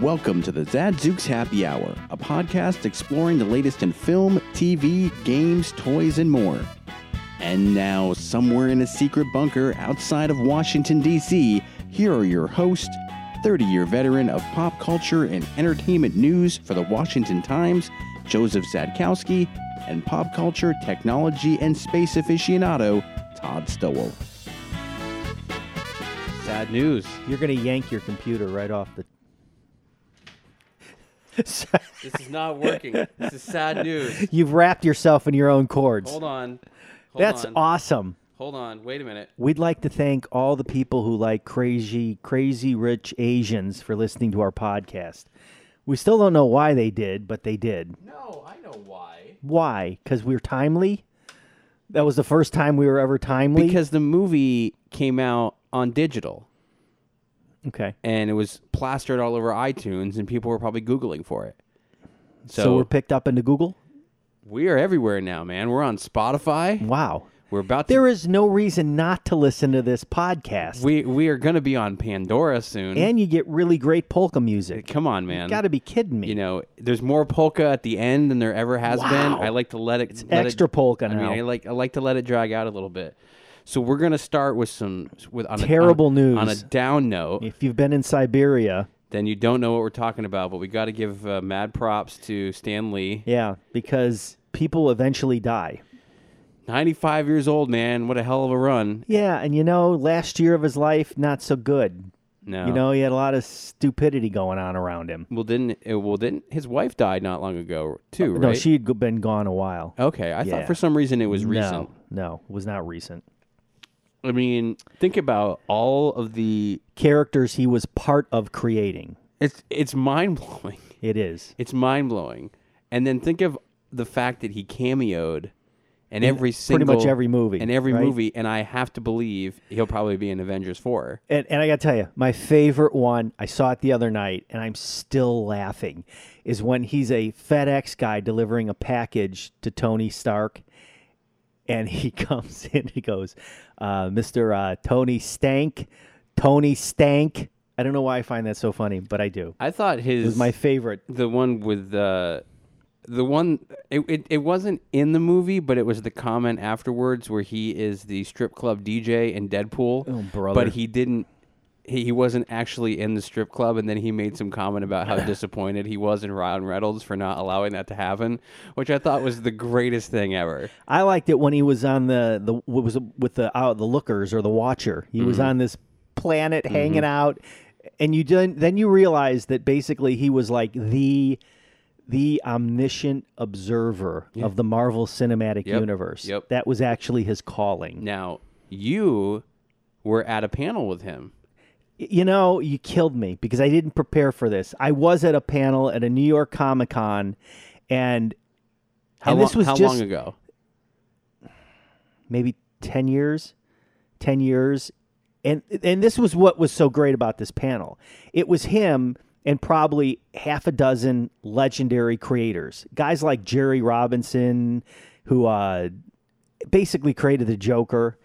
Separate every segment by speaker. Speaker 1: Welcome to the Zadzooks Happy Hour, a podcast exploring the latest in film, TV, games, toys, and more. And now, somewhere in a secret bunker outside of Washington, D.C., here are your hosts, 30 year veteran of pop culture and entertainment news for the Washington Times, Joseph Zadkowski, and pop culture, technology, and space aficionado, Todd Stowell. Sad news.
Speaker 2: You're gonna yank your computer right off the.
Speaker 3: This is not working. this is sad news.
Speaker 2: You've wrapped yourself in your own cords.
Speaker 3: Hold on. Hold
Speaker 2: That's
Speaker 3: on.
Speaker 2: awesome.
Speaker 3: Hold on. Wait a minute.
Speaker 2: We'd like to thank all the people who like crazy, crazy rich Asians for listening to our podcast. We still don't know why they did, but they did.
Speaker 3: No, I know why.
Speaker 2: Why? Because we we're timely. That was the first time we were ever timely.
Speaker 3: Because the movie came out on digital
Speaker 2: okay,
Speaker 3: and it was plastered all over iTunes and people were probably googling for it. So,
Speaker 2: so, we're picked up into Google.
Speaker 3: we are everywhere now, man. We're on Spotify.
Speaker 2: Wow,
Speaker 3: We're about to
Speaker 2: there is no reason not to listen to this podcast,
Speaker 3: we we are going to be on Pandora soon.
Speaker 2: and you get really great polka music.
Speaker 3: Come on, man.
Speaker 2: Got to be kidding me.
Speaker 3: you know, there's more polka at the end than there ever has been.
Speaker 2: Wow.
Speaker 3: I like to let it it's
Speaker 2: extra polka
Speaker 3: I
Speaker 2: now.
Speaker 3: mean, I like I like to let it drag out a little bit. So we're gonna start with some with on
Speaker 2: Terrible
Speaker 3: a, on,
Speaker 2: news.
Speaker 3: on a down note.
Speaker 2: if you've been in Siberia,
Speaker 3: Then you don't know what we're talking about, but we got to give uh, mad props to Stan Lee,
Speaker 2: yeah, because people eventually die.
Speaker 3: 95 years old man. What a hell of a run!
Speaker 2: Yeah, and you know, last year of his life, not so good.
Speaker 3: No,
Speaker 2: You know, he had a lot of stupidity going on around him.
Speaker 3: well didn't uh, well didn't his wife died not long ago too, right?
Speaker 2: Uh, No, she had go- been gone a while.
Speaker 3: okay. I
Speaker 2: Yeah.
Speaker 3: thought for some reason it was recent.
Speaker 2: No, no, it was not recent.
Speaker 3: I mean, think about all of the
Speaker 2: Characters he was part of creating.
Speaker 3: it's it's mind blowing.
Speaker 2: It is.
Speaker 3: It's mind blowing. And then think of the fact that he cameoed in every single
Speaker 2: much every movie,
Speaker 3: In every
Speaker 2: right?
Speaker 3: movie, and I have to believe he'll probably be in Avengers four.
Speaker 2: And, and I got to tell you, my favorite one, I saw it the other night and I'm still laughing, is when he's a FedEx guy delivering a package to Tony Stark. And he comes in, he goes, uh, Mr. Uh, Tony Stank, Tony Stank. I don't know why I find that so funny, but I do.
Speaker 3: I thought his
Speaker 2: It was my favorite.
Speaker 3: the one with the the one it, it it wasn't in the movie, but it was the comment afterwards where he is the strip club DJ in Deadpool.
Speaker 2: Oh, brother.
Speaker 3: But he didn't. He, he wasn't actually in the strip club, and then he made some comment about how disappointed he was in Ryan Reynolds for not allowing that to happen, which I thought was the greatest thing ever.
Speaker 2: I liked it when he was on the the what was with the out the lookers or the watcher. He was
Speaker 3: Mm-hmm.
Speaker 2: on this planet hanging out, and you didn't, then you realize that basically he was like the the omniscient observer of the Marvel Cinematic
Speaker 3: Yep.
Speaker 2: Universe.
Speaker 3: Yep.
Speaker 2: That was actually his calling.
Speaker 3: Now you were at a panel with him.
Speaker 2: You know, you killed me because I didn't prepare for this. I was at a panel at a New York Comic Con, and
Speaker 3: How
Speaker 2: and
Speaker 3: long?
Speaker 2: this was
Speaker 3: how
Speaker 2: just
Speaker 3: long ago?
Speaker 2: maybe 10 years 10 years and and this was what was so great about this panel it was him and probably half a dozen legendary creators guys like jerry robinson who uh, basically created the joker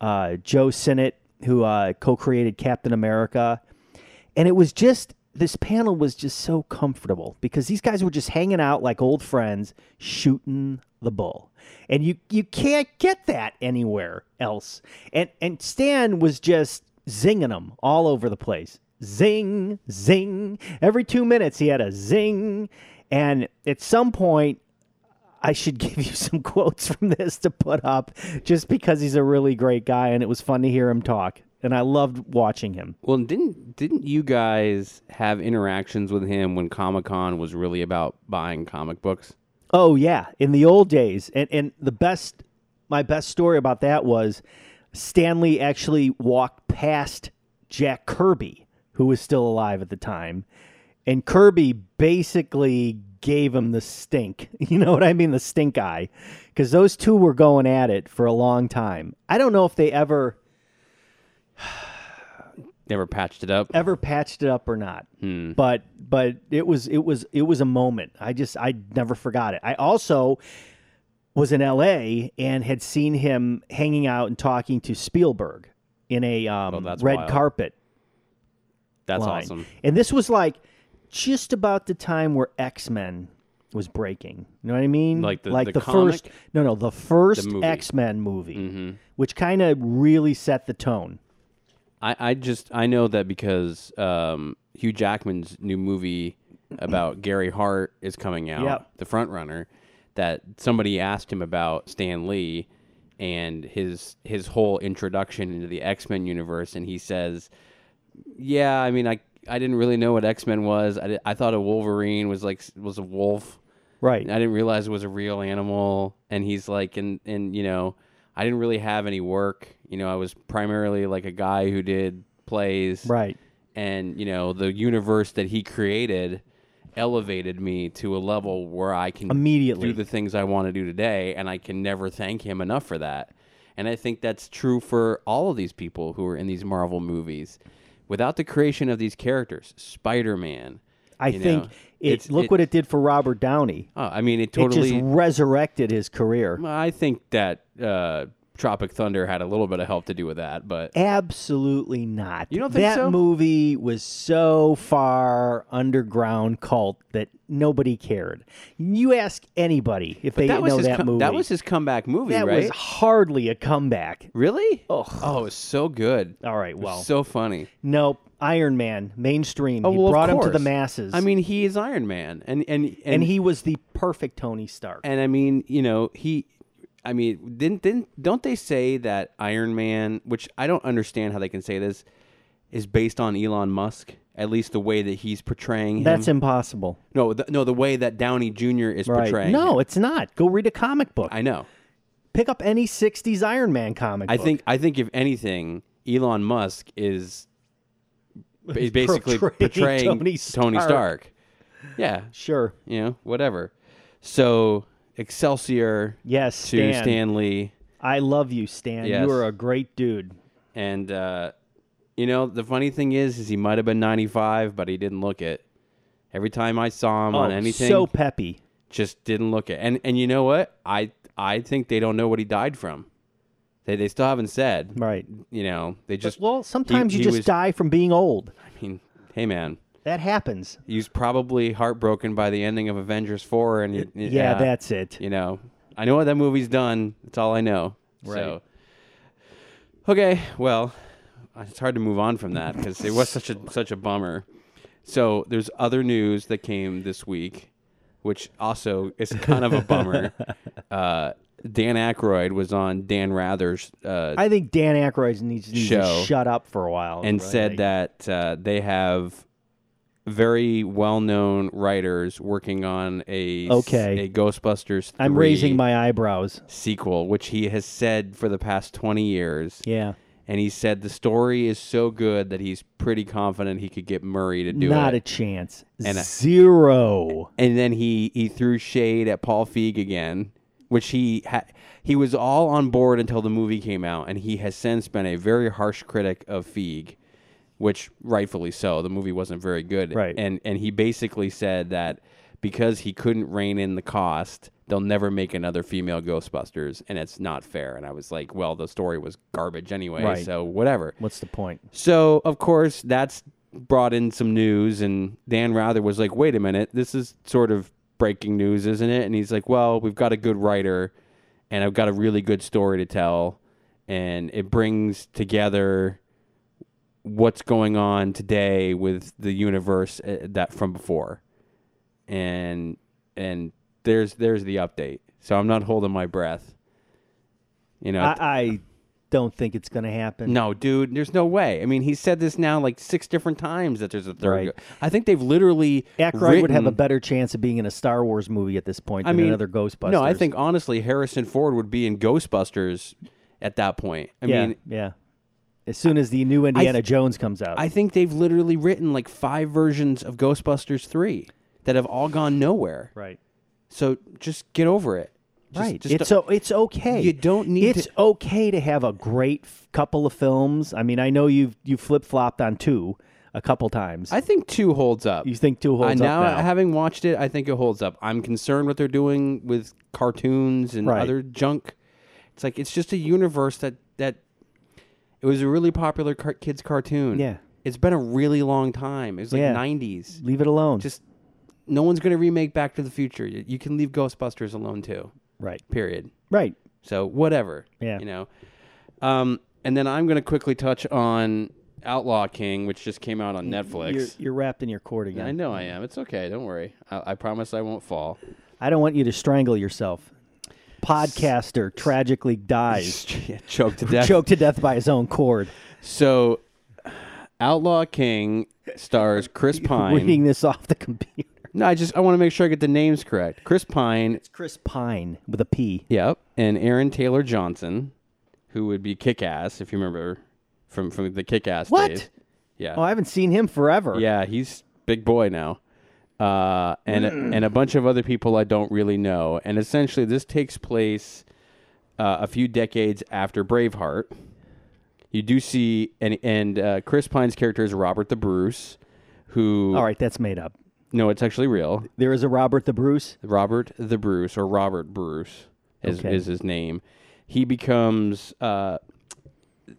Speaker 2: uh, joe sinnott who uh, co-created captain america and it was just this panel was just so comfortable because these guys were just hanging out like old friends shooting the bull and you you can't get that anywhere else and and stan was just zinging them all over the place zing zing every two minutes he had a zing and at some point I should give you some quotes from this to put up just because he's a really great guy and it was fun to hear him talk. And I loved watching him.
Speaker 3: Well, didn't didn't you guys have interactions with him when Comic Con was really about buying comic books?
Speaker 2: Oh yeah, in the old days, and and the best, my best story about that was Stanley actually walked past Jack Kirby, who was still alive at the time, and Kirby basically gave him the stink. You know what I mean, the stink eye, because those two were going at it for a long time. I don't know if they ever
Speaker 3: Never patched it up.
Speaker 2: ever patched it up or not.
Speaker 3: Hmm.
Speaker 2: But but it was it was it was a moment. I just I never forgot it. I also was in L.A. and had seen him hanging out and talking to Spielberg in a um,
Speaker 3: Oh, that's
Speaker 2: red
Speaker 3: wild.
Speaker 2: carpet
Speaker 3: That's
Speaker 2: line.
Speaker 3: awesome.
Speaker 2: And this was like just about the time where X Men was breaking. You know what I mean?
Speaker 3: Like the-
Speaker 2: like
Speaker 3: the
Speaker 2: the,
Speaker 3: comic?
Speaker 2: first no no the first
Speaker 3: The movie. Mm-hmm.
Speaker 2: X Men movie, which kind of really set the tone.
Speaker 3: I, I just I know that because um, Hugh Jackman's new movie about Gary Hart is coming out,
Speaker 2: Yep.
Speaker 3: the front runner. That somebody asked him about Stan Lee and his his whole introduction into the X Men universe, and he says, "Yeah, I mean, I I didn't really know what X Men was. I, di- I thought a Wolverine was like was a wolf."
Speaker 2: Right.
Speaker 3: I didn't realize it was a real animal. And he's like, and and you know, I didn't really have any work. You know, I was primarily like a guy who did plays,
Speaker 2: Right.
Speaker 3: And you know, the universe that he created elevated me to a level where I can
Speaker 2: Immediately.
Speaker 3: do the things I want to do today, and I can never thank him enough for that. And I think that's true for all of these people who are in these Marvel movies. Without the creation of these characters, Spider Man.
Speaker 2: I think it, look what it did for Robert Downey.
Speaker 3: Oh, I mean, it totally
Speaker 2: It just resurrected his career.
Speaker 3: Well, I think that uh, Tropic Thunder had a little bit of help to do with that, but
Speaker 2: Absolutely not.
Speaker 3: You don't think
Speaker 2: that
Speaker 3: so?
Speaker 2: movie was so far underground cult that nobody cared. You ask anybody if they
Speaker 3: that was
Speaker 2: know
Speaker 3: his
Speaker 2: that
Speaker 3: com-
Speaker 2: movie.
Speaker 3: that was his comeback movie,
Speaker 2: That
Speaker 3: right?
Speaker 2: was hardly a comeback.
Speaker 3: really? Oh, oh, it was so good.
Speaker 2: All right, Oh, well,
Speaker 3: so funny.
Speaker 2: nope. Iron Man, mainstream.
Speaker 3: Oh,
Speaker 2: he
Speaker 3: well, of
Speaker 2: brought him to the
Speaker 3: course.
Speaker 2: masses.
Speaker 3: I mean, he is Iron Man, and and and,
Speaker 2: and, he was the perfect Tony Stark.
Speaker 3: and I mean, you know, he. I mean, didn't, didn't don't they say that Iron Man, which I don't understand how they can say this, is based on Elon Musk? At least the way that he's portraying him.
Speaker 2: That's impossible.
Speaker 3: no, the, no, the way that Downey Jr. is
Speaker 2: Right.
Speaker 3: portraying.
Speaker 2: No,
Speaker 3: him.
Speaker 2: it's not. Go read a comic book.
Speaker 3: I know.
Speaker 2: Pick up any 60s Iron Man comic
Speaker 3: I
Speaker 2: book.
Speaker 3: think I think if anything, Elon Musk is is basically portraying, Tony, Stark. Yeah,
Speaker 2: Sure.
Speaker 3: you know, whatever. So Excelsior
Speaker 2: Yes,
Speaker 3: to
Speaker 2: Stan.
Speaker 3: Stanley,
Speaker 2: I love you, Stan.
Speaker 3: Yes.
Speaker 2: You are a great dude.
Speaker 3: and uh, you know the funny thing is, is he might have been ninety five, but he didn't look it. Every time I saw him on
Speaker 2: Oh,
Speaker 3: anything,
Speaker 2: So peppy.
Speaker 3: just didn't look it. And and you know what? I I think they don't know what he died from. They they still haven't said.
Speaker 2: Right.
Speaker 3: You know, they just
Speaker 2: Well, sometimes
Speaker 3: he
Speaker 2: you just
Speaker 3: was-
Speaker 2: die from being old.
Speaker 3: I mean, hey man,
Speaker 2: That happens.
Speaker 3: he's probably heartbroken by the ending of Avengers Four, and y- y-
Speaker 2: Yeah, that's it.
Speaker 3: you know. I know what that movie's done. That's all I know. So, okay, well, it's hard to move on from that because it was such a such a bummer. So there's other news that came this week, which also is kind of a bummer. uh, Dan Aykroyd was on Dan Rather's uh,
Speaker 2: I think Dan Aykroyd needs, needs
Speaker 3: Show.
Speaker 2: to shut up for a while.
Speaker 3: and
Speaker 2: right?
Speaker 3: said that uh, they have very well-known writers working on a
Speaker 2: Okay.
Speaker 3: a Ghostbusters.
Speaker 2: I'm
Speaker 3: 3
Speaker 2: raising my eyebrows.
Speaker 3: sequel, which he has said for the past twenty years,
Speaker 2: Yeah.
Speaker 3: and he said the story is so good that he's pretty confident he could get Murray to do
Speaker 2: Not
Speaker 3: it.
Speaker 2: a chance.
Speaker 3: And I-
Speaker 2: Zero.
Speaker 3: and then he he threw shade at Paul Feig again, which he ha- he was all on board until the movie came out, and he has since been a very harsh critic of Feig, which rightfully so. The movie wasn't very good,
Speaker 2: Right.
Speaker 3: And and he basically said that because he couldn't rein in the cost, they'll never make another female Ghostbusters, and it's not fair. And I was like, well, the story was garbage anyway,
Speaker 2: Right.
Speaker 3: so whatever.
Speaker 2: What's the point?
Speaker 3: So of course that's brought in some news, and Dan Rather was like, "Wait a minute, this is sort of breaking news, isn't it?" And he's like, "Well, we've got a good writer, and I've got a really good story to tell, and it brings together what's going on today with the universe uh, that from before, and and there's there's the update. So I'm not holding my breath. You know,
Speaker 2: I, I don't think it's going to happen.
Speaker 3: no, dude, there's no way. I mean, he said this now like six different times that there's a third.
Speaker 2: Right.
Speaker 3: go- I think they've literally
Speaker 2: Aykroyd would have a
Speaker 3: written-
Speaker 2: better chance of being in a Star Wars movie at this point
Speaker 3: I
Speaker 2: than
Speaker 3: mean,
Speaker 2: another Ghostbusters.
Speaker 3: No, I think honestly, Harrison Ford would be in Ghostbusters at that point. I
Speaker 2: yeah,
Speaker 3: mean,
Speaker 2: yeah. As soon as the new Indiana Jones comes out,
Speaker 3: I think they've literally written like five versions of Ghostbusters three that have all gone nowhere.
Speaker 2: right,
Speaker 3: So just get over it. Just-
Speaker 2: right.
Speaker 3: just
Speaker 2: it's
Speaker 3: don't-
Speaker 2: o- it's okay.
Speaker 3: You don't need
Speaker 2: It's okay to have a great f- couple of films. I mean, I know you've you flip flopped on two a couple times.
Speaker 3: I think two holds up.
Speaker 2: you think two holds
Speaker 3: I, now,
Speaker 2: up now?
Speaker 3: having watched it, I think it holds up. I'm concerned what they're doing with cartoons and
Speaker 2: Right.
Speaker 3: other junk. It's like it's just a universe that that it was a really popular car- kids cartoon.
Speaker 2: Yeah.
Speaker 3: It's been a really long time. It was like
Speaker 2: Yeah.
Speaker 3: 90s.
Speaker 2: Leave it alone.
Speaker 3: Just no one's going to remake Back to the Future. You you can leave Ghostbusters alone too.
Speaker 2: right.
Speaker 3: Period.
Speaker 2: Right.
Speaker 3: So whatever.
Speaker 2: Yeah.
Speaker 3: You know. Um, and then I'm going to quickly touch on Outlaw King, which just came out on Netflix.
Speaker 2: You're, you're wrapped in your cord again.
Speaker 3: I know I am. It's okay. Don't worry. I, I promise I won't fall.
Speaker 2: I don't want you to strangle yourself. Podcaster tragically dies,
Speaker 3: Yeah, Choked to death.
Speaker 2: choked to death by his own cord.
Speaker 3: So, Outlaw King stars Chris Pine.
Speaker 2: Reading this off the computer.
Speaker 3: No, I just I want to make sure I get the names correct. Chris Pine.
Speaker 2: It's Chris Pine with a P.
Speaker 3: Yep, and Aaron Taylor Johnson, who would be Kick Ass if you remember from from the Kick Ass
Speaker 2: What?
Speaker 3: days. Yeah.
Speaker 2: Oh, I haven't seen him forever.
Speaker 3: Yeah, he's big boy now. Uh, and and a bunch of other people I don't really know. And essentially, this takes place uh, a few decades after Braveheart. You do see, and and uh, Chris Pine's character is Robert the Bruce, who
Speaker 2: All right, that's made up.
Speaker 3: no, it's actually real.
Speaker 2: There is a Robert the Bruce.
Speaker 3: Robert the Bruce or Robert Bruce is,
Speaker 2: Okay.
Speaker 3: is his name. He becomes uh,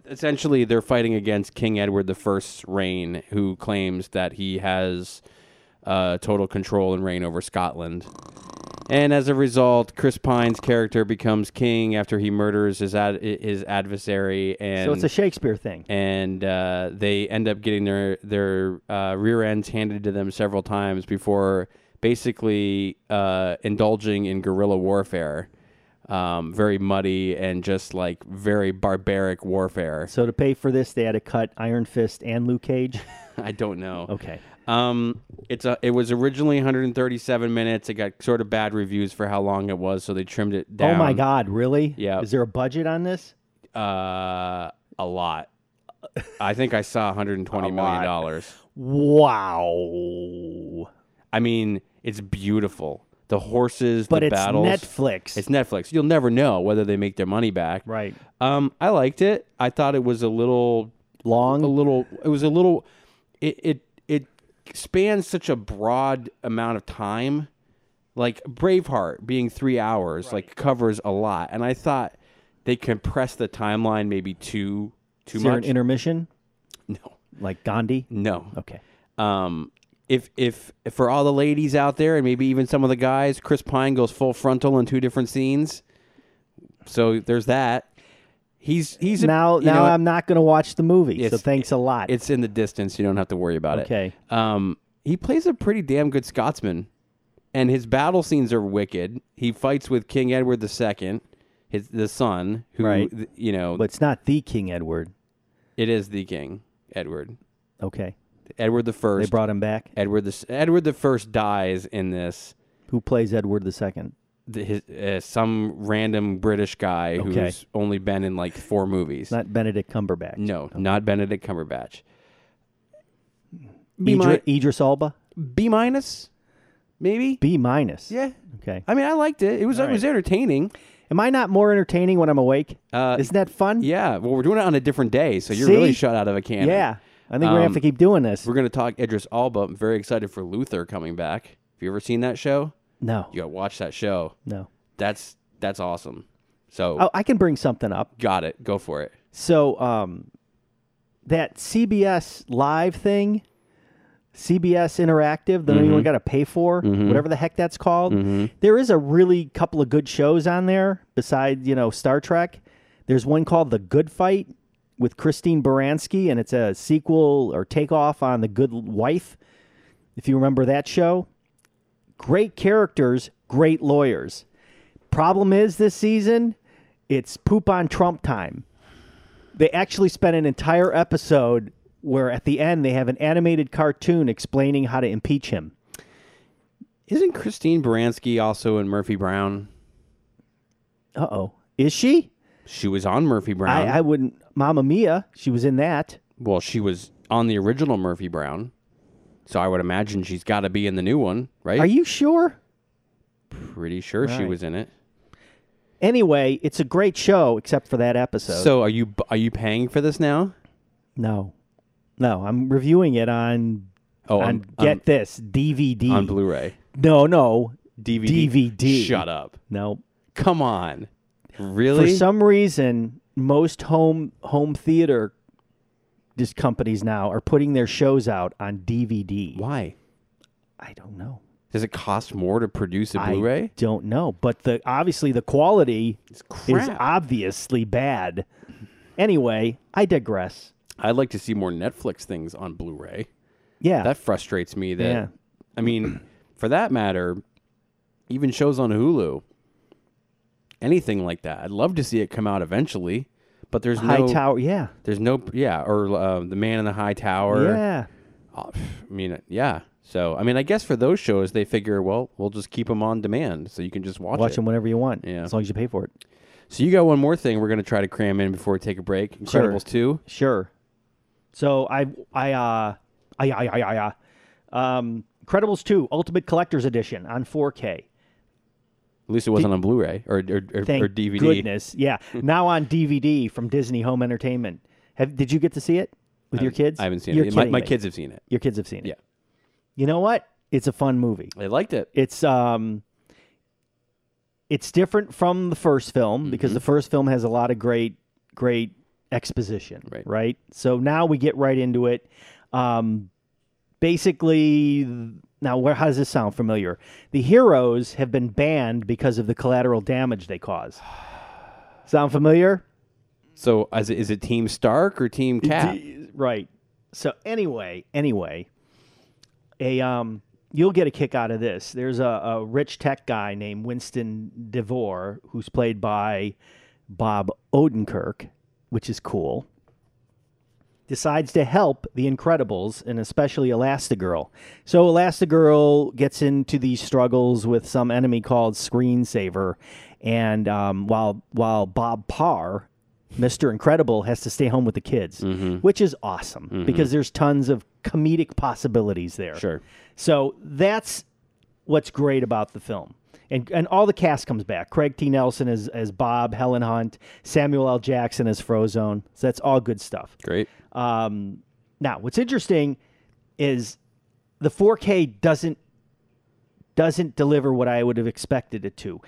Speaker 3: essentially they're fighting against King Edward the First's reign, who claims that he has uh, total control and reign over Scotland. And as a result, Chris Pine's character becomes king after he murders his ad- his adversary. And
Speaker 2: So it's a Shakespeare thing.
Speaker 3: and uh, they end up getting their their uh, rear ends handed to them several times before basically uh, indulging in guerrilla warfare, um, very muddy and just like very barbaric warfare.
Speaker 2: So to pay for this, they had to cut Iron Fist and Luke Cage.
Speaker 3: I don't know.
Speaker 2: Okay.
Speaker 3: Um, it's a it was originally 137 minutes. It got sort of bad reviews for how long it was, so they trimmed it down.
Speaker 2: Oh my God, really?
Speaker 3: Yeah.
Speaker 2: Is there a budget on this?
Speaker 3: Uh, a lot. I think I saw 120 million dollars.
Speaker 2: Wow.
Speaker 3: I mean, it's beautiful. The horses,
Speaker 2: But
Speaker 3: the
Speaker 2: it's
Speaker 3: battles.
Speaker 2: Netflix.
Speaker 3: It's Netflix. You'll never know whether they make their money back.
Speaker 2: right.
Speaker 3: Um, I liked it. I thought it was a little,
Speaker 2: Long.
Speaker 3: a little. It was a little. It it it spans such a broad amount of time. Like Braveheart being three hours, like covers a lot. And I thought they compressed the timeline maybe too too
Speaker 2: Is there
Speaker 3: much.
Speaker 2: an intermission?
Speaker 3: no,
Speaker 2: Like Gandhi?
Speaker 3: no
Speaker 2: Okay.
Speaker 3: um, if, if if for all the ladies out there and maybe even some of the guys, Chris Pine goes full frontal in two different scenes. So there's that. He's he's a-
Speaker 2: now
Speaker 3: you
Speaker 2: now
Speaker 3: know,
Speaker 2: I'm not going to watch the movie. So
Speaker 3: It's-
Speaker 2: thanks a lot.
Speaker 3: it's in the distance. You don't have to worry about
Speaker 2: Okay.
Speaker 3: it. Um, he plays a pretty damn good Scotsman, and his battle scenes are wicked. He fights with King Edward II, his the son, who
Speaker 2: Right.
Speaker 3: th- you know
Speaker 2: but it's not the King Edward.
Speaker 3: it is the King Edward,
Speaker 2: Okay.
Speaker 3: Edward the
Speaker 2: They
Speaker 3: First.
Speaker 2: brought him back.
Speaker 3: Edward the Edward the First dies in this.
Speaker 2: Who plays Edward the Second?
Speaker 3: the, his, uh, some random British guy
Speaker 2: Okay.
Speaker 3: who's only been in like four movies.
Speaker 2: Not Benedict Cumberbatch.
Speaker 3: no, not Benedict Cumberbatch. B,
Speaker 2: Idris,
Speaker 3: mi-
Speaker 2: Idris Alba.
Speaker 3: B minus, maybe.
Speaker 2: B minus.
Speaker 3: yeah.
Speaker 2: Okay.
Speaker 3: I mean, I liked it. It was it was entertaining.
Speaker 2: Am I not more entertaining when I'm awake?
Speaker 3: Uh,
Speaker 2: Isn't that fun?
Speaker 3: Yeah. Well, we're doing it on a different day, so you're
Speaker 2: See?
Speaker 3: really shut out of a cannon.
Speaker 2: Yeah. I think we're gonna have
Speaker 3: Um,
Speaker 2: to keep doing this.
Speaker 3: We're gonna talk Idris Alba. I'm very excited for Luther coming back. Have you ever seen that show?
Speaker 2: No.
Speaker 3: You gotta watch that show.
Speaker 2: No.
Speaker 3: That's that's awesome. So
Speaker 2: Oh, I can bring something up.
Speaker 3: got it. Go for it.
Speaker 2: So um, that CBS Live thing, CBS Interactive, that anyone got to pay for, whatever the heck that's called. There is a really couple of good shows on there besides you know Star Trek. There's one called The Good Fight with Christine Baranski, and it's a sequel or takeoff on The Good Wife. If you remember that show, great characters, great lawyers. Problem is this season, it's poop on Trump time they actually spent an entire episode where at the end they have an animated cartoon explaining how to impeach him.
Speaker 3: Isn't Christine Baranski also in Murphy Brown?
Speaker 2: Uh oh. Is she?
Speaker 3: She was on Murphy
Speaker 2: I,
Speaker 3: Brown.
Speaker 2: I wouldn't. Mamma Mia, she was in that.
Speaker 3: well, she was on the original Murphy Brown, so I would imagine she's got to be in the new one, right?
Speaker 2: Are you sure?
Speaker 3: Pretty sure she
Speaker 2: Right.
Speaker 3: was in it.
Speaker 2: Anyway, it's a great show except for that episode.
Speaker 3: So are you are you paying for this now?
Speaker 2: no. No, I'm reviewing it on,
Speaker 3: Oh,
Speaker 2: on
Speaker 3: on,
Speaker 2: get E. this DVD.
Speaker 3: on, on Blu-ray,
Speaker 2: no, no.
Speaker 3: DVD.
Speaker 2: DVD.
Speaker 3: Shut up!
Speaker 2: No.
Speaker 3: Come on,
Speaker 2: For
Speaker 3: really?
Speaker 2: some reason, most home home theater these companies now are putting their shows out on DVD.
Speaker 3: Why?
Speaker 2: I don't know.
Speaker 3: Does it cost more to produce a Blu-ray?
Speaker 2: I don't know, but the obviously the quality
Speaker 3: It's
Speaker 2: is
Speaker 3: crap.
Speaker 2: obviously bad. Anyway, I digress.
Speaker 3: I'd like to see more Netflix things on Blu-ray.
Speaker 2: Yeah,
Speaker 3: That frustrates me. That
Speaker 2: Yeah.
Speaker 3: I mean, for that matter, even shows on Hulu, anything like that. I'd love to see it come out eventually, but there's
Speaker 2: High
Speaker 3: no
Speaker 2: Tower. Yeah,
Speaker 3: there's no yeah or uh, the Man in the High Tower.
Speaker 2: yeah.
Speaker 3: Uh, pff, I mean, yeah. So I mean, I guess for those shows, they figure, well, we'll just keep them on demand, so you can just watch,
Speaker 2: Watch
Speaker 3: it.
Speaker 2: them whenever you want,
Speaker 3: Yeah.
Speaker 2: as long as you pay for it.
Speaker 3: So you got one more thing we're gonna try to cram in before we take a break. Incredibles
Speaker 2: Sure.
Speaker 3: two.
Speaker 2: Sure. So I I uh I I I I um Credibles 2 Ultimate Collector's Edition on 4K.
Speaker 3: At least it wasn't on Blu-ray or or, or,
Speaker 2: Thank
Speaker 3: or DVD.
Speaker 2: goodness. Yeah. now on DVD from Disney Home Entertainment. Have did you get to see it with your kids?
Speaker 3: I haven't seen
Speaker 2: You're
Speaker 3: it. My,
Speaker 2: kidding
Speaker 3: my
Speaker 2: me.
Speaker 3: kids have seen it.
Speaker 2: Your kids have seen it.
Speaker 3: Yeah.
Speaker 2: You know what? It's a fun movie.
Speaker 3: They liked it.
Speaker 2: It's um it's different from the first film
Speaker 3: Mm-hmm.
Speaker 2: because the first film has a lot of great great exposition,
Speaker 3: Right.
Speaker 2: So now we get right into it. Um basically now where how does this sound familiar? The heroes have been banned because of the collateral damage they cause. Sound familiar?
Speaker 3: So is it, is it Team Stark or Team Cap?
Speaker 2: D- right. So anyway, anyway, a um, you'll get a kick out of this. There's a, a rich tech guy named Winston DeVore who's played by Bob Odenkirk, which is cool. Decides to help the Incredibles and especially Elastigirl. So Elastigirl gets into these struggles with some enemy called Screensaver, and um, while while Bob Parr, Mr. Incredible has to stay home with the kids, which is awesome because there's tons of comedic possibilities there.
Speaker 3: Sure.
Speaker 2: So that's what's great about the film. And, and all the cast comes back. Craig T. Nelson as, as Bob, Helen Hunt, Samuel L. Jackson as Frozone. So that's all good stuff.
Speaker 3: Great.
Speaker 2: Um, now, what's interesting is the 4K doesn't doesn't deliver what I would have expected it to,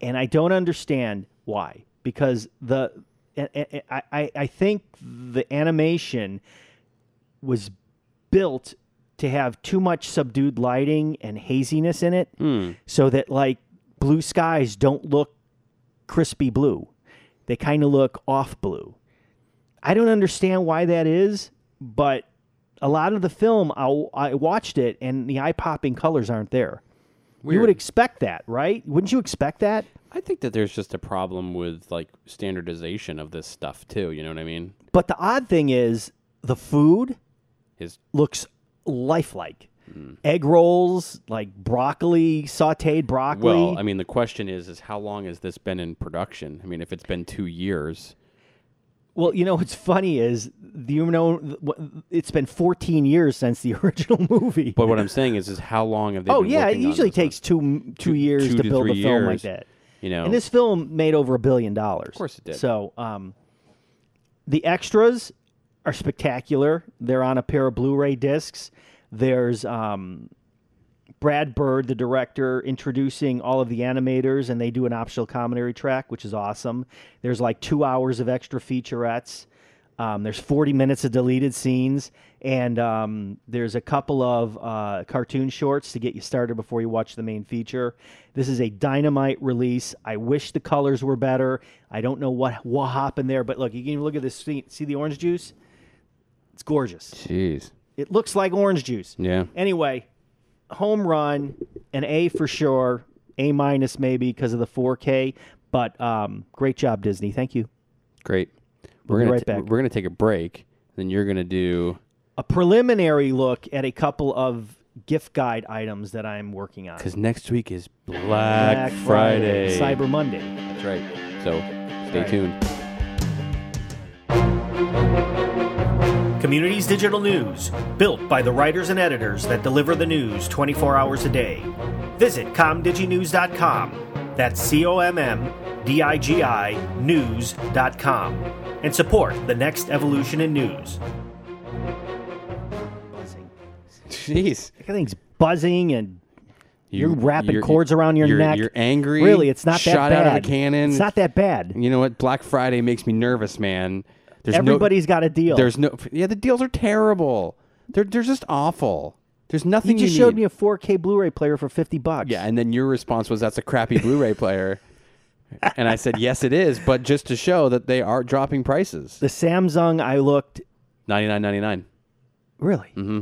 Speaker 2: and I don't understand why. Because the a- a- a- I I- I think the animation was built to have too much subdued lighting and haziness in it, so that like blue skies don't look crispy blue; they kind of look off blue. I don't understand why that is, but a lot of the film I, I watched it and the eye popping colors aren't there. You would expect that, right? Wouldn't you expect that?
Speaker 3: I think that there's just a problem with like standardization of this stuff too. You know what I mean?
Speaker 2: But the odd thing is the food
Speaker 3: Is
Speaker 2: looks lifelike.
Speaker 3: Hmm.
Speaker 2: Egg rolls, like broccoli, sautéed broccoli.
Speaker 3: well, I mean, the question is, is how long has this been in production? I mean, if it's been two years,
Speaker 2: Well, you know what's funny is you know it's been 14 years since the original movie.
Speaker 3: but what I'm saying is, is how long have they?
Speaker 2: oh
Speaker 3: been
Speaker 2: yeah, it
Speaker 3: working on
Speaker 2: usually
Speaker 3: this one?
Speaker 2: takes two two years
Speaker 3: two
Speaker 2: to
Speaker 3: to
Speaker 2: build a
Speaker 3: three
Speaker 2: film like
Speaker 3: years.
Speaker 2: that.
Speaker 3: You know,
Speaker 2: And this film made over a billion dollars. Of
Speaker 3: course it did.
Speaker 2: So um, the extras are spectacular. They're on a pair of Blu-ray discs. There's um, Brad Bird, the director, introducing all of the animators, and they do an optional commentary track, which is awesome. There's like two hours of extra featurettes. Um, there's 40 minutes of deleted scenes, and um, there's a couple of uh, cartoon shorts to get you started before you watch the main feature. This is a dynamite release. I wish the colors were better. I don't know what what happened there, but look, you can look at this. See, see the orange juice? It's gorgeous.
Speaker 3: jeez,
Speaker 2: It looks like orange juice.
Speaker 3: yeah,
Speaker 2: Anyway, home run, an A for sure, A minus maybe because of the 4K. But um, great job, Disney. Thank you.
Speaker 3: great. We're
Speaker 2: be
Speaker 3: gonna
Speaker 2: right
Speaker 3: ta-
Speaker 2: back.
Speaker 3: we're gonna take a break. Then you're gonna do
Speaker 2: A preliminary look at a couple of gift guide items that I'm working on.
Speaker 3: because next week is Black, Friday.
Speaker 2: Cyber Monday.
Speaker 3: That's right. So stay
Speaker 2: Right.
Speaker 3: tuned.
Speaker 4: Communities Digital News, built by the writers and editors that deliver the news 24 hours a day. Visit comdiginews.com. That's C O M M D I G I news.com. And support the next evolution in news.
Speaker 2: Buzzing.
Speaker 3: Jeez.
Speaker 2: That thing's buzzing and
Speaker 3: You-
Speaker 2: you're wrapping
Speaker 3: you're-
Speaker 2: cords around your
Speaker 3: you're-
Speaker 2: neck.
Speaker 3: You're angry.
Speaker 2: Really, it's not that
Speaker 3: shot out
Speaker 2: bad.
Speaker 3: of a cannon.
Speaker 2: It's not that bad.
Speaker 3: You know what? Black Friday makes me nervous, man. There's
Speaker 2: Everybody's got a
Speaker 3: no,
Speaker 2: deal.
Speaker 3: there's no. Yeah, the deals are terrible. They're they're just awful. There's nothing.
Speaker 2: you
Speaker 3: You,
Speaker 2: just showed
Speaker 3: need.
Speaker 2: me a 4K Blu-ray player for 50 bucks.
Speaker 3: Yeah, and then your response was that's a crappy Blu-ray player. and I said, "Yes it is, but just to show that they are dropping prices.
Speaker 2: The Samsung I looked
Speaker 3: 99.99.
Speaker 2: really. Mm-hmm.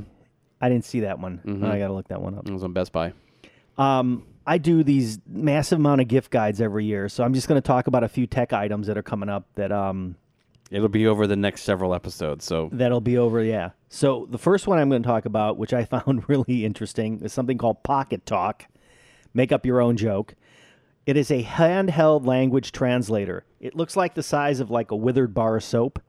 Speaker 2: I didn't see that one. I got to look that one up.
Speaker 3: It was on Best Buy.
Speaker 2: Um, I do these massive amount of gift guides every year, so I'm just going to talk about a few tech items that are coming up that um
Speaker 3: It'll be over the next several episodes, so
Speaker 2: that'll be over. Yeah. So the first one I'm going to talk about, which I found really interesting, is something called Pocket Talk. Make up your own joke. It is a handheld language translator. It looks like the size of like a withered bar of soap.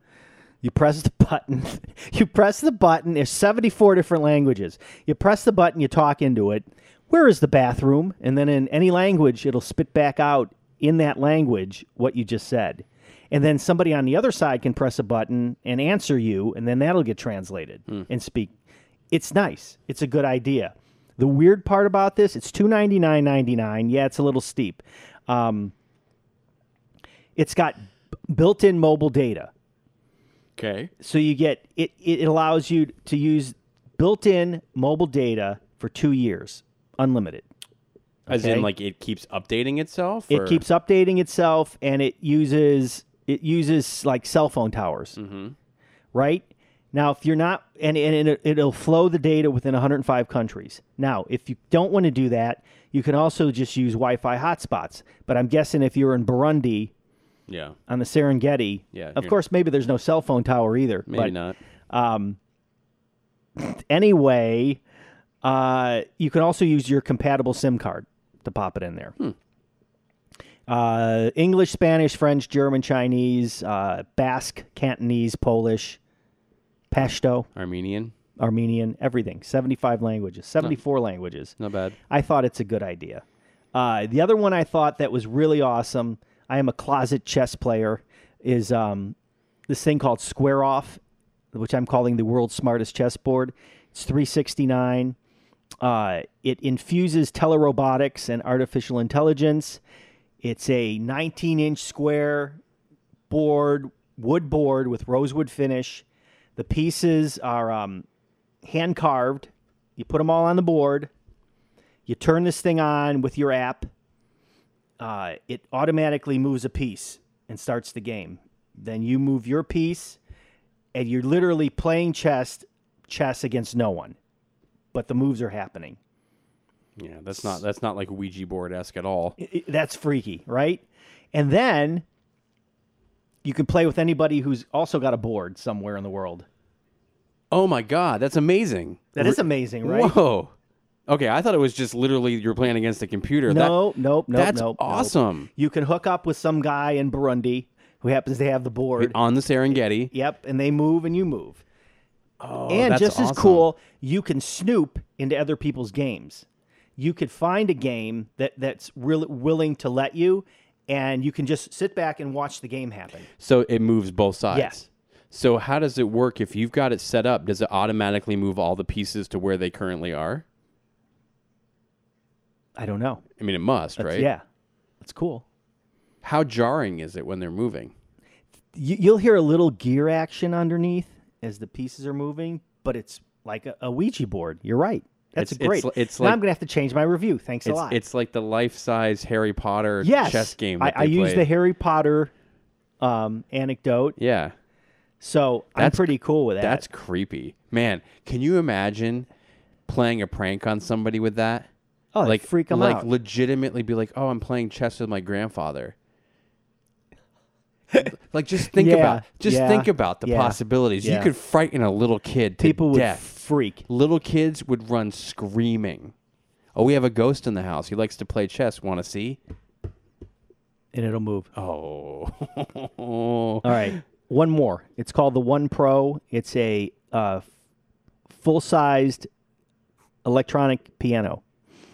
Speaker 2: You press the button. you press the button. There's 74 different languages. You press the button, you talk into it. Where is the bathroom? And then in any language, it'll spit back out in that language what you just said. And then somebody on the other side can press a button and answer you, and then that'll get translated and speak. It's nice. It's a good idea. The weird part about this, it's two ninety nine ninety nine. Yeah, it's a little steep. Um, it's got b- built in mobile data
Speaker 3: okay.
Speaker 2: so you get it it allows you to use built-in mobile data for two years unlimited
Speaker 3: As
Speaker 2: Okay.
Speaker 3: in like it keeps updating itself? or-
Speaker 2: it keeps updating itself and it uses it uses like cell phone towers
Speaker 3: Mm-hmm.
Speaker 2: right now if you're not and, and it, it'll flow the data within 105 countries now if you don't want to do that you can also just use wi-fi hotspots but i'm guessing if you're in burundi
Speaker 3: Yeah.
Speaker 2: on the serengeti
Speaker 3: Yeah,
Speaker 2: of
Speaker 3: you're-
Speaker 2: course maybe there's no cell phone tower either
Speaker 3: Maybe
Speaker 2: but,
Speaker 3: not.
Speaker 2: Um, anyway, uh, you can also use your compatible SIM card to pop it in there. Uh, English, Spanish, French, German, Chinese, uh, Basque, Cantonese, Polish, Pashto,
Speaker 3: Armenian.
Speaker 2: Armenian, everything. 75 languages, 74 languages.
Speaker 3: Not bad.
Speaker 2: I thought it's a good idea. Uh, the other one I thought that was really awesome. I am a closet chess player. Is um, this thing called Square Off, which I'm calling the world's smartest chessboard. It's 369. Uh, it infuses telerobotics and artificial intelligence. It's a 19 inch square board, wood board with rosewood finish. The pieces are um, hand carved. You put them all on the board. You turn this thing on with your app. Uh, it automatically moves a piece and starts the game. Then you move your piece, and you're literally playing chess, chess against no one, but the moves are happening.
Speaker 3: Yeah, that's not that's not like Ouija board esque at all.
Speaker 2: I- I- that's freaky, right? And then you can play with anybody who's also got a board somewhere in the world.
Speaker 3: Oh my god, that's amazing.
Speaker 2: That is amazing, right?
Speaker 3: Whoa. Okay, I thought it was just literally you're playing against a computer. That-
Speaker 2: No, nope, nope,
Speaker 3: that's
Speaker 2: nope, nope.
Speaker 3: awesome.
Speaker 2: You can hook up with some guy in Burundi who happens to have the board.
Speaker 3: on the Serengeti.
Speaker 2: Yep, and they move and you move.
Speaker 3: Oh,
Speaker 2: and
Speaker 3: that's
Speaker 2: just as
Speaker 3: awesome.
Speaker 2: cool, you can snoop into other people's games. You could find a game that that's really willing to let you, and you can just sit back and watch the game happen.
Speaker 3: So it moves both sides.
Speaker 2: Yes.
Speaker 3: So how does it work if you've got it set up? Does it automatically move all the pieces to where they currently are?
Speaker 2: I don't know.
Speaker 3: I mean, it must, right?
Speaker 2: Yeah, that's cool.
Speaker 3: How jarring is it when they're moving?
Speaker 2: You, you'll hear a little gear action underneath as the pieces are moving, but it's like a, a Ouija board. You're right. That's
Speaker 3: It's-
Speaker 2: great.
Speaker 3: it's- it's
Speaker 2: now
Speaker 3: like-
Speaker 2: I'm gonna have to change my review. Thanks a
Speaker 3: It's,
Speaker 2: lot.
Speaker 3: it's like the life-size Harry Potter
Speaker 2: yes,
Speaker 3: chess game.
Speaker 2: I,
Speaker 3: That
Speaker 2: I
Speaker 3: they
Speaker 2: use the
Speaker 3: played.
Speaker 2: Harry Potter um, anecdote,
Speaker 3: yeah.
Speaker 2: so I'm
Speaker 3: That's-
Speaker 2: pretty cool with that.
Speaker 3: That's creepy, man. Can you imagine playing a prank on somebody with that?
Speaker 2: oh,
Speaker 3: like
Speaker 2: freak 'em
Speaker 3: like
Speaker 2: out.
Speaker 3: legitimately be like, oh, I'm playing chess with my grandfather. like just think
Speaker 2: Yeah,
Speaker 3: about just
Speaker 2: yeah,
Speaker 3: think about the
Speaker 2: yeah,
Speaker 3: possibilities.
Speaker 2: yeah.
Speaker 3: You could frighten a little kid to
Speaker 2: people would
Speaker 3: death.
Speaker 2: freak.
Speaker 3: little kids would run screaming. Oh, we have a ghost in the house. He likes to play chess. Want to see?
Speaker 2: and it'll move.
Speaker 3: Oh,
Speaker 2: All right, one more. It's called the One Pro. It's a uh, full-sized electronic piano.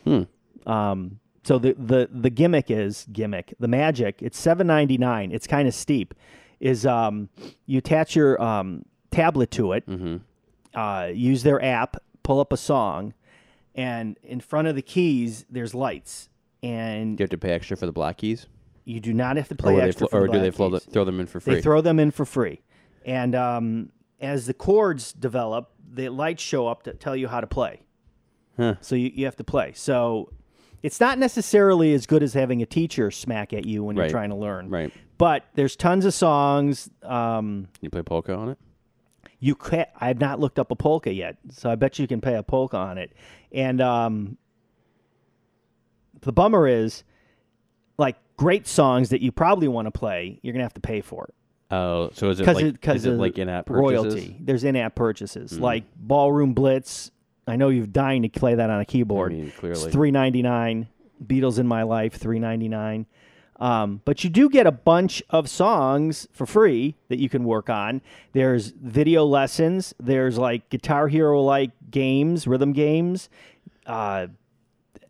Speaker 3: Hmm.
Speaker 2: Um, so the, the the gimmick is gimmick. The magic. It's seven ninety nine. It's kind of steep. Is um, you attach your um, tablet to it,
Speaker 3: Mm-hmm.
Speaker 2: uh, use their app, pull up a song, and in front of the keys there's lights, and
Speaker 3: you have to pay extra for the black keys,
Speaker 2: you do not have to
Speaker 3: or,
Speaker 2: play
Speaker 3: will they
Speaker 2: extra.
Speaker 3: flo-
Speaker 2: for the
Speaker 3: or do they
Speaker 2: black
Speaker 3: flow the,
Speaker 2: keys.
Speaker 3: throw them in for free?
Speaker 2: They throw them in for free. And um, as the chords develop, the lights show up to tell you how to play. So you, you have to play. So it's not necessarily as good as having a teacher smack at you when
Speaker 3: Right.
Speaker 2: you're trying to learn.
Speaker 3: Right.
Speaker 2: But there's tons of songs. Um,
Speaker 3: You play polka on it?
Speaker 2: you can I have not looked up a polka yet, so I bet you can pay a polka on it. And um, the bummer is, like great songs that you probably want to play, you're gonna have to pay for it
Speaker 3: Oh, so is it
Speaker 2: because
Speaker 3: like
Speaker 2: because
Speaker 3: is it
Speaker 2: of
Speaker 3: like in-app purchases? Hmm.
Speaker 2: royalty. There's in-app purchases like Ballroom Blitz. I know you're dying to play that on a keyboard.
Speaker 3: I mean,
Speaker 2: It's
Speaker 3: clearly.
Speaker 2: three ninety nine. Beatles in My Life, three ninety nine. Um, but you do get a bunch of songs for free that you can work on. There's video lessons. There's like Guitar Hero like games, rhythm games. Uh,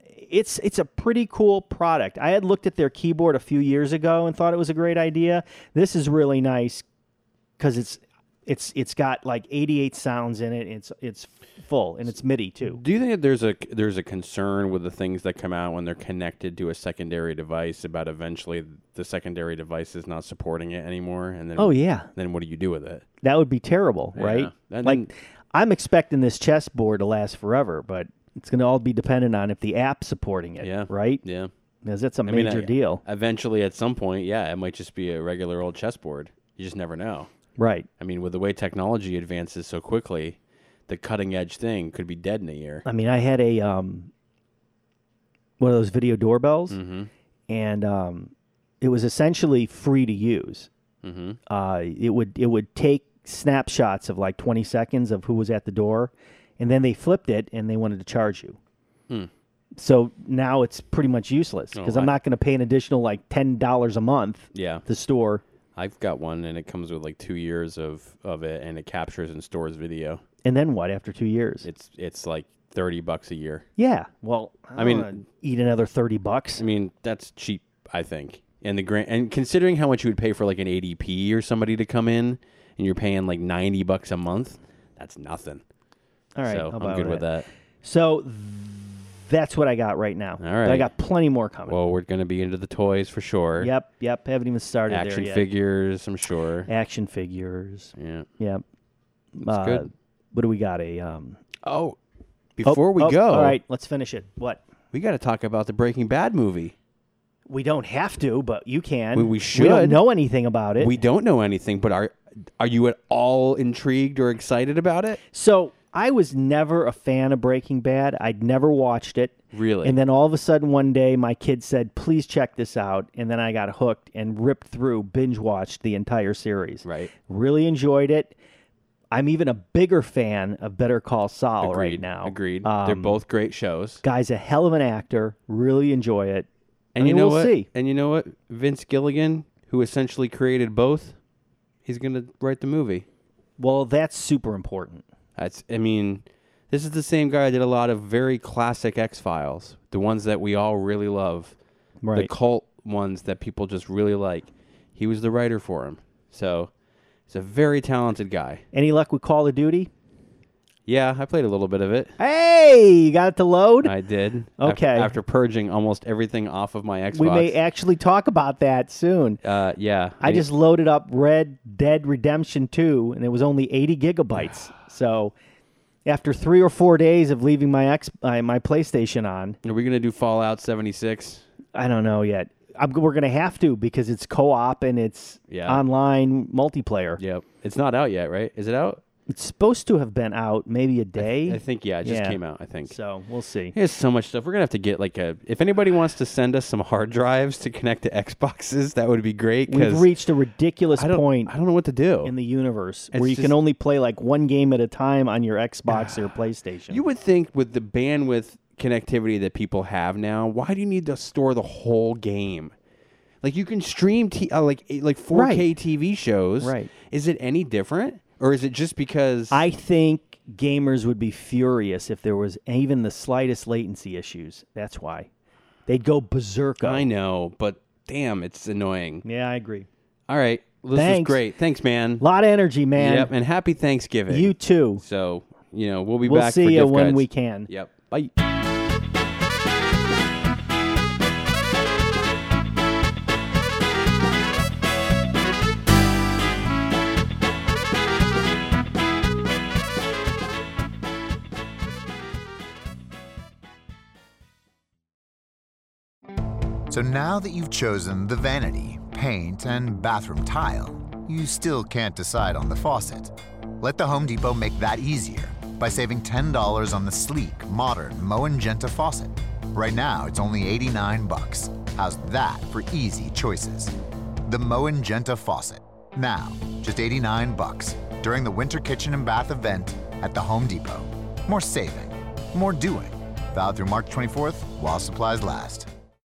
Speaker 2: it's it's a pretty cool product. I had looked at their keyboard a few years ago and thought it was a great idea. This is really nice because it's it's it's got like 88 sounds in it. It's it's full and it's MIDI too.
Speaker 3: Do you think that there's a there's a concern with the things that come out when they're connected to a secondary device about eventually the secondary device is not supporting it anymore, and then
Speaker 2: Oh yeah,
Speaker 3: then what do you do with it?
Speaker 2: that would be terrible, right?
Speaker 3: That-
Speaker 2: like I'm expecting this chessboard to last forever, but it's going to all be dependent on if the app's supporting it,
Speaker 3: Yeah.
Speaker 2: right?
Speaker 3: Yeah,
Speaker 2: Because that's a
Speaker 3: mean,
Speaker 2: major
Speaker 3: I-
Speaker 2: deal,
Speaker 3: eventually at some point, yeah, it might just be a regular old chessboard. You just never know.
Speaker 2: right?
Speaker 3: I mean, with the way technology advances so quickly, the cutting edge thing could be dead in a year.
Speaker 2: I mean, I had a um, one of those video doorbells,
Speaker 3: Mm-hmm.
Speaker 2: and um, it was essentially free to use.
Speaker 3: Mhm.
Speaker 2: Uh, it would it would take snapshots of like twenty seconds of who was at the door, and then they flipped it and they wanted to charge you.
Speaker 3: Hmm.
Speaker 2: So now it's pretty much useless because
Speaker 3: I-
Speaker 2: I'm not going to pay an additional like ten dollars a month
Speaker 3: Oh, Yeah,
Speaker 2: at the store,
Speaker 3: I've got one, and it comes with like two years of of it, and it captures and stores video.
Speaker 2: and then what after two years?
Speaker 3: It's it's like thirty bucks a year.
Speaker 2: yeah, well, I,
Speaker 3: I mean- Mm,
Speaker 2: mean, eat another thirty bucks.
Speaker 3: I mean, that's cheap, I think. And the grant, and considering how much you would pay for like an ADP or somebody to come in, and you're paying like ninety bucks a month, that's nothing.
Speaker 2: All right,
Speaker 3: so
Speaker 2: how
Speaker 3: I'm
Speaker 2: about
Speaker 3: good with
Speaker 2: that?
Speaker 3: that.
Speaker 2: So th- that's what I got right now. But I
Speaker 3: right.
Speaker 2: got plenty more coming.
Speaker 3: Well, we're gonna be into the toys for sure.
Speaker 2: yep, yep. Haven't even started
Speaker 3: Action
Speaker 2: there yet.
Speaker 3: figures, I'm sure.
Speaker 2: Action figures.
Speaker 3: Yeah.
Speaker 2: Yep. Uh,
Speaker 3: That's good.
Speaker 2: What do we got? A um.
Speaker 3: Oh,
Speaker 2: oh,
Speaker 3: before we
Speaker 2: oh,
Speaker 3: go,
Speaker 2: all right, let's finish it. What?
Speaker 3: we got to talk about the Breaking Bad movie.
Speaker 2: We don't have to, but you can.
Speaker 3: We- we
Speaker 2: don't
Speaker 3: should.
Speaker 2: know anything about it.
Speaker 3: We don't know anything, but are are you at all intrigued or excited about it?
Speaker 2: so I was never a fan of Breaking Bad. I'd never watched it.
Speaker 3: Really?
Speaker 2: And then all of a sudden one day my kid said, "Please check this out." And then I got hooked and ripped through, binge watched the entire series.
Speaker 3: Right.
Speaker 2: Really enjoyed it. I'm even a bigger fan of Better Call Saul
Speaker 3: Agreed.
Speaker 2: right now.
Speaker 3: Agreed.
Speaker 2: Um,
Speaker 3: They're both great shows.
Speaker 2: Guy's a hell of an actor. Really enjoy it.
Speaker 3: And
Speaker 2: I
Speaker 3: you
Speaker 2: mean,
Speaker 3: know
Speaker 2: we'll
Speaker 3: what?
Speaker 2: see.
Speaker 3: And you know what? Vince Gilligan, who essentially created both, he's going to write the movie.
Speaker 2: Well, that's super important.
Speaker 3: That's I mean, this is the same guy that did a lot of very classic X-Files, the ones that we all really love, the
Speaker 2: Right.
Speaker 3: cult ones that people just really like. He was the writer for him. So, he's a very talented guy.
Speaker 2: Any luck with Call of Duty?
Speaker 3: Yeah, I played a little bit of it.
Speaker 2: Hey, you got it to load?
Speaker 3: I did. Af-
Speaker 2: Okay.
Speaker 3: After, purging almost everything off of my Xbox.
Speaker 2: we may actually talk about that soon.
Speaker 3: uh, yeah.
Speaker 2: I just loaded up Red Dead Redemption 2 and it was only 80 gigabytes. So after 3 or 4 days of leaving my ex uh, my PlayStation on,
Speaker 3: Are we gonna do Fallout seventy six?
Speaker 2: I don't know yet. I'm, we're going to have to because it's co-op and it's
Speaker 3: Yeah.
Speaker 2: online multiplayer.
Speaker 3: Yep. It's not out yet, right? Is it out?
Speaker 2: It's supposed to have been out maybe a day.
Speaker 3: I think yeah, it just
Speaker 2: Yeah.
Speaker 3: came out. I think.
Speaker 2: so we'll see.
Speaker 3: There's so much stuff. We're gonna have to get like a. If anybody wants to send us some hard drives to connect to Xboxes, that would be great.
Speaker 2: We've
Speaker 3: Because
Speaker 2: reached a ridiculous
Speaker 3: I don't,
Speaker 2: point
Speaker 3: I don't know what to do.
Speaker 2: in the universe
Speaker 3: It's
Speaker 2: where you
Speaker 3: just-
Speaker 2: can only play like one game at a time on your Xbox or PlayStation.
Speaker 3: you would think with the bandwidth connectivity that people have now, why do you need to store the whole game? Like you can stream t- uh, like eh, like 4K
Speaker 2: Right.
Speaker 3: TV shows.
Speaker 2: Right.
Speaker 3: Is it any different, or is it just because
Speaker 2: I think gamers would be furious if there was even the slightest latency issues. That's why they'd go berserk.
Speaker 3: I know, but damn, it's annoying.
Speaker 2: Yeah, I agree.
Speaker 3: All right. This
Speaker 2: Thanks.
Speaker 3: was great. Thanks, man.
Speaker 2: A lot of energy, man.
Speaker 3: Yep, and happy Thanksgiving.
Speaker 2: You too.
Speaker 3: so, you know, we'll be
Speaker 2: We'll
Speaker 3: back
Speaker 2: see
Speaker 3: for
Speaker 2: you
Speaker 3: gift
Speaker 2: when
Speaker 3: guides.
Speaker 2: we can.
Speaker 3: Yep. Bye.
Speaker 5: So now that you've chosen the vanity, paint, and bathroom tile, you still can't decide on the faucet. Let the Home Depot make that easier by saving $10 on the sleek, modern Moen Genta faucet. Right now, it's only 89 bucks. How's that for easy choices? The Moen Genta faucet. Now, just 89 bucks during the winter kitchen and bath event at the Home Depot. More saving, more doing. Valid through March 24th while supplies last.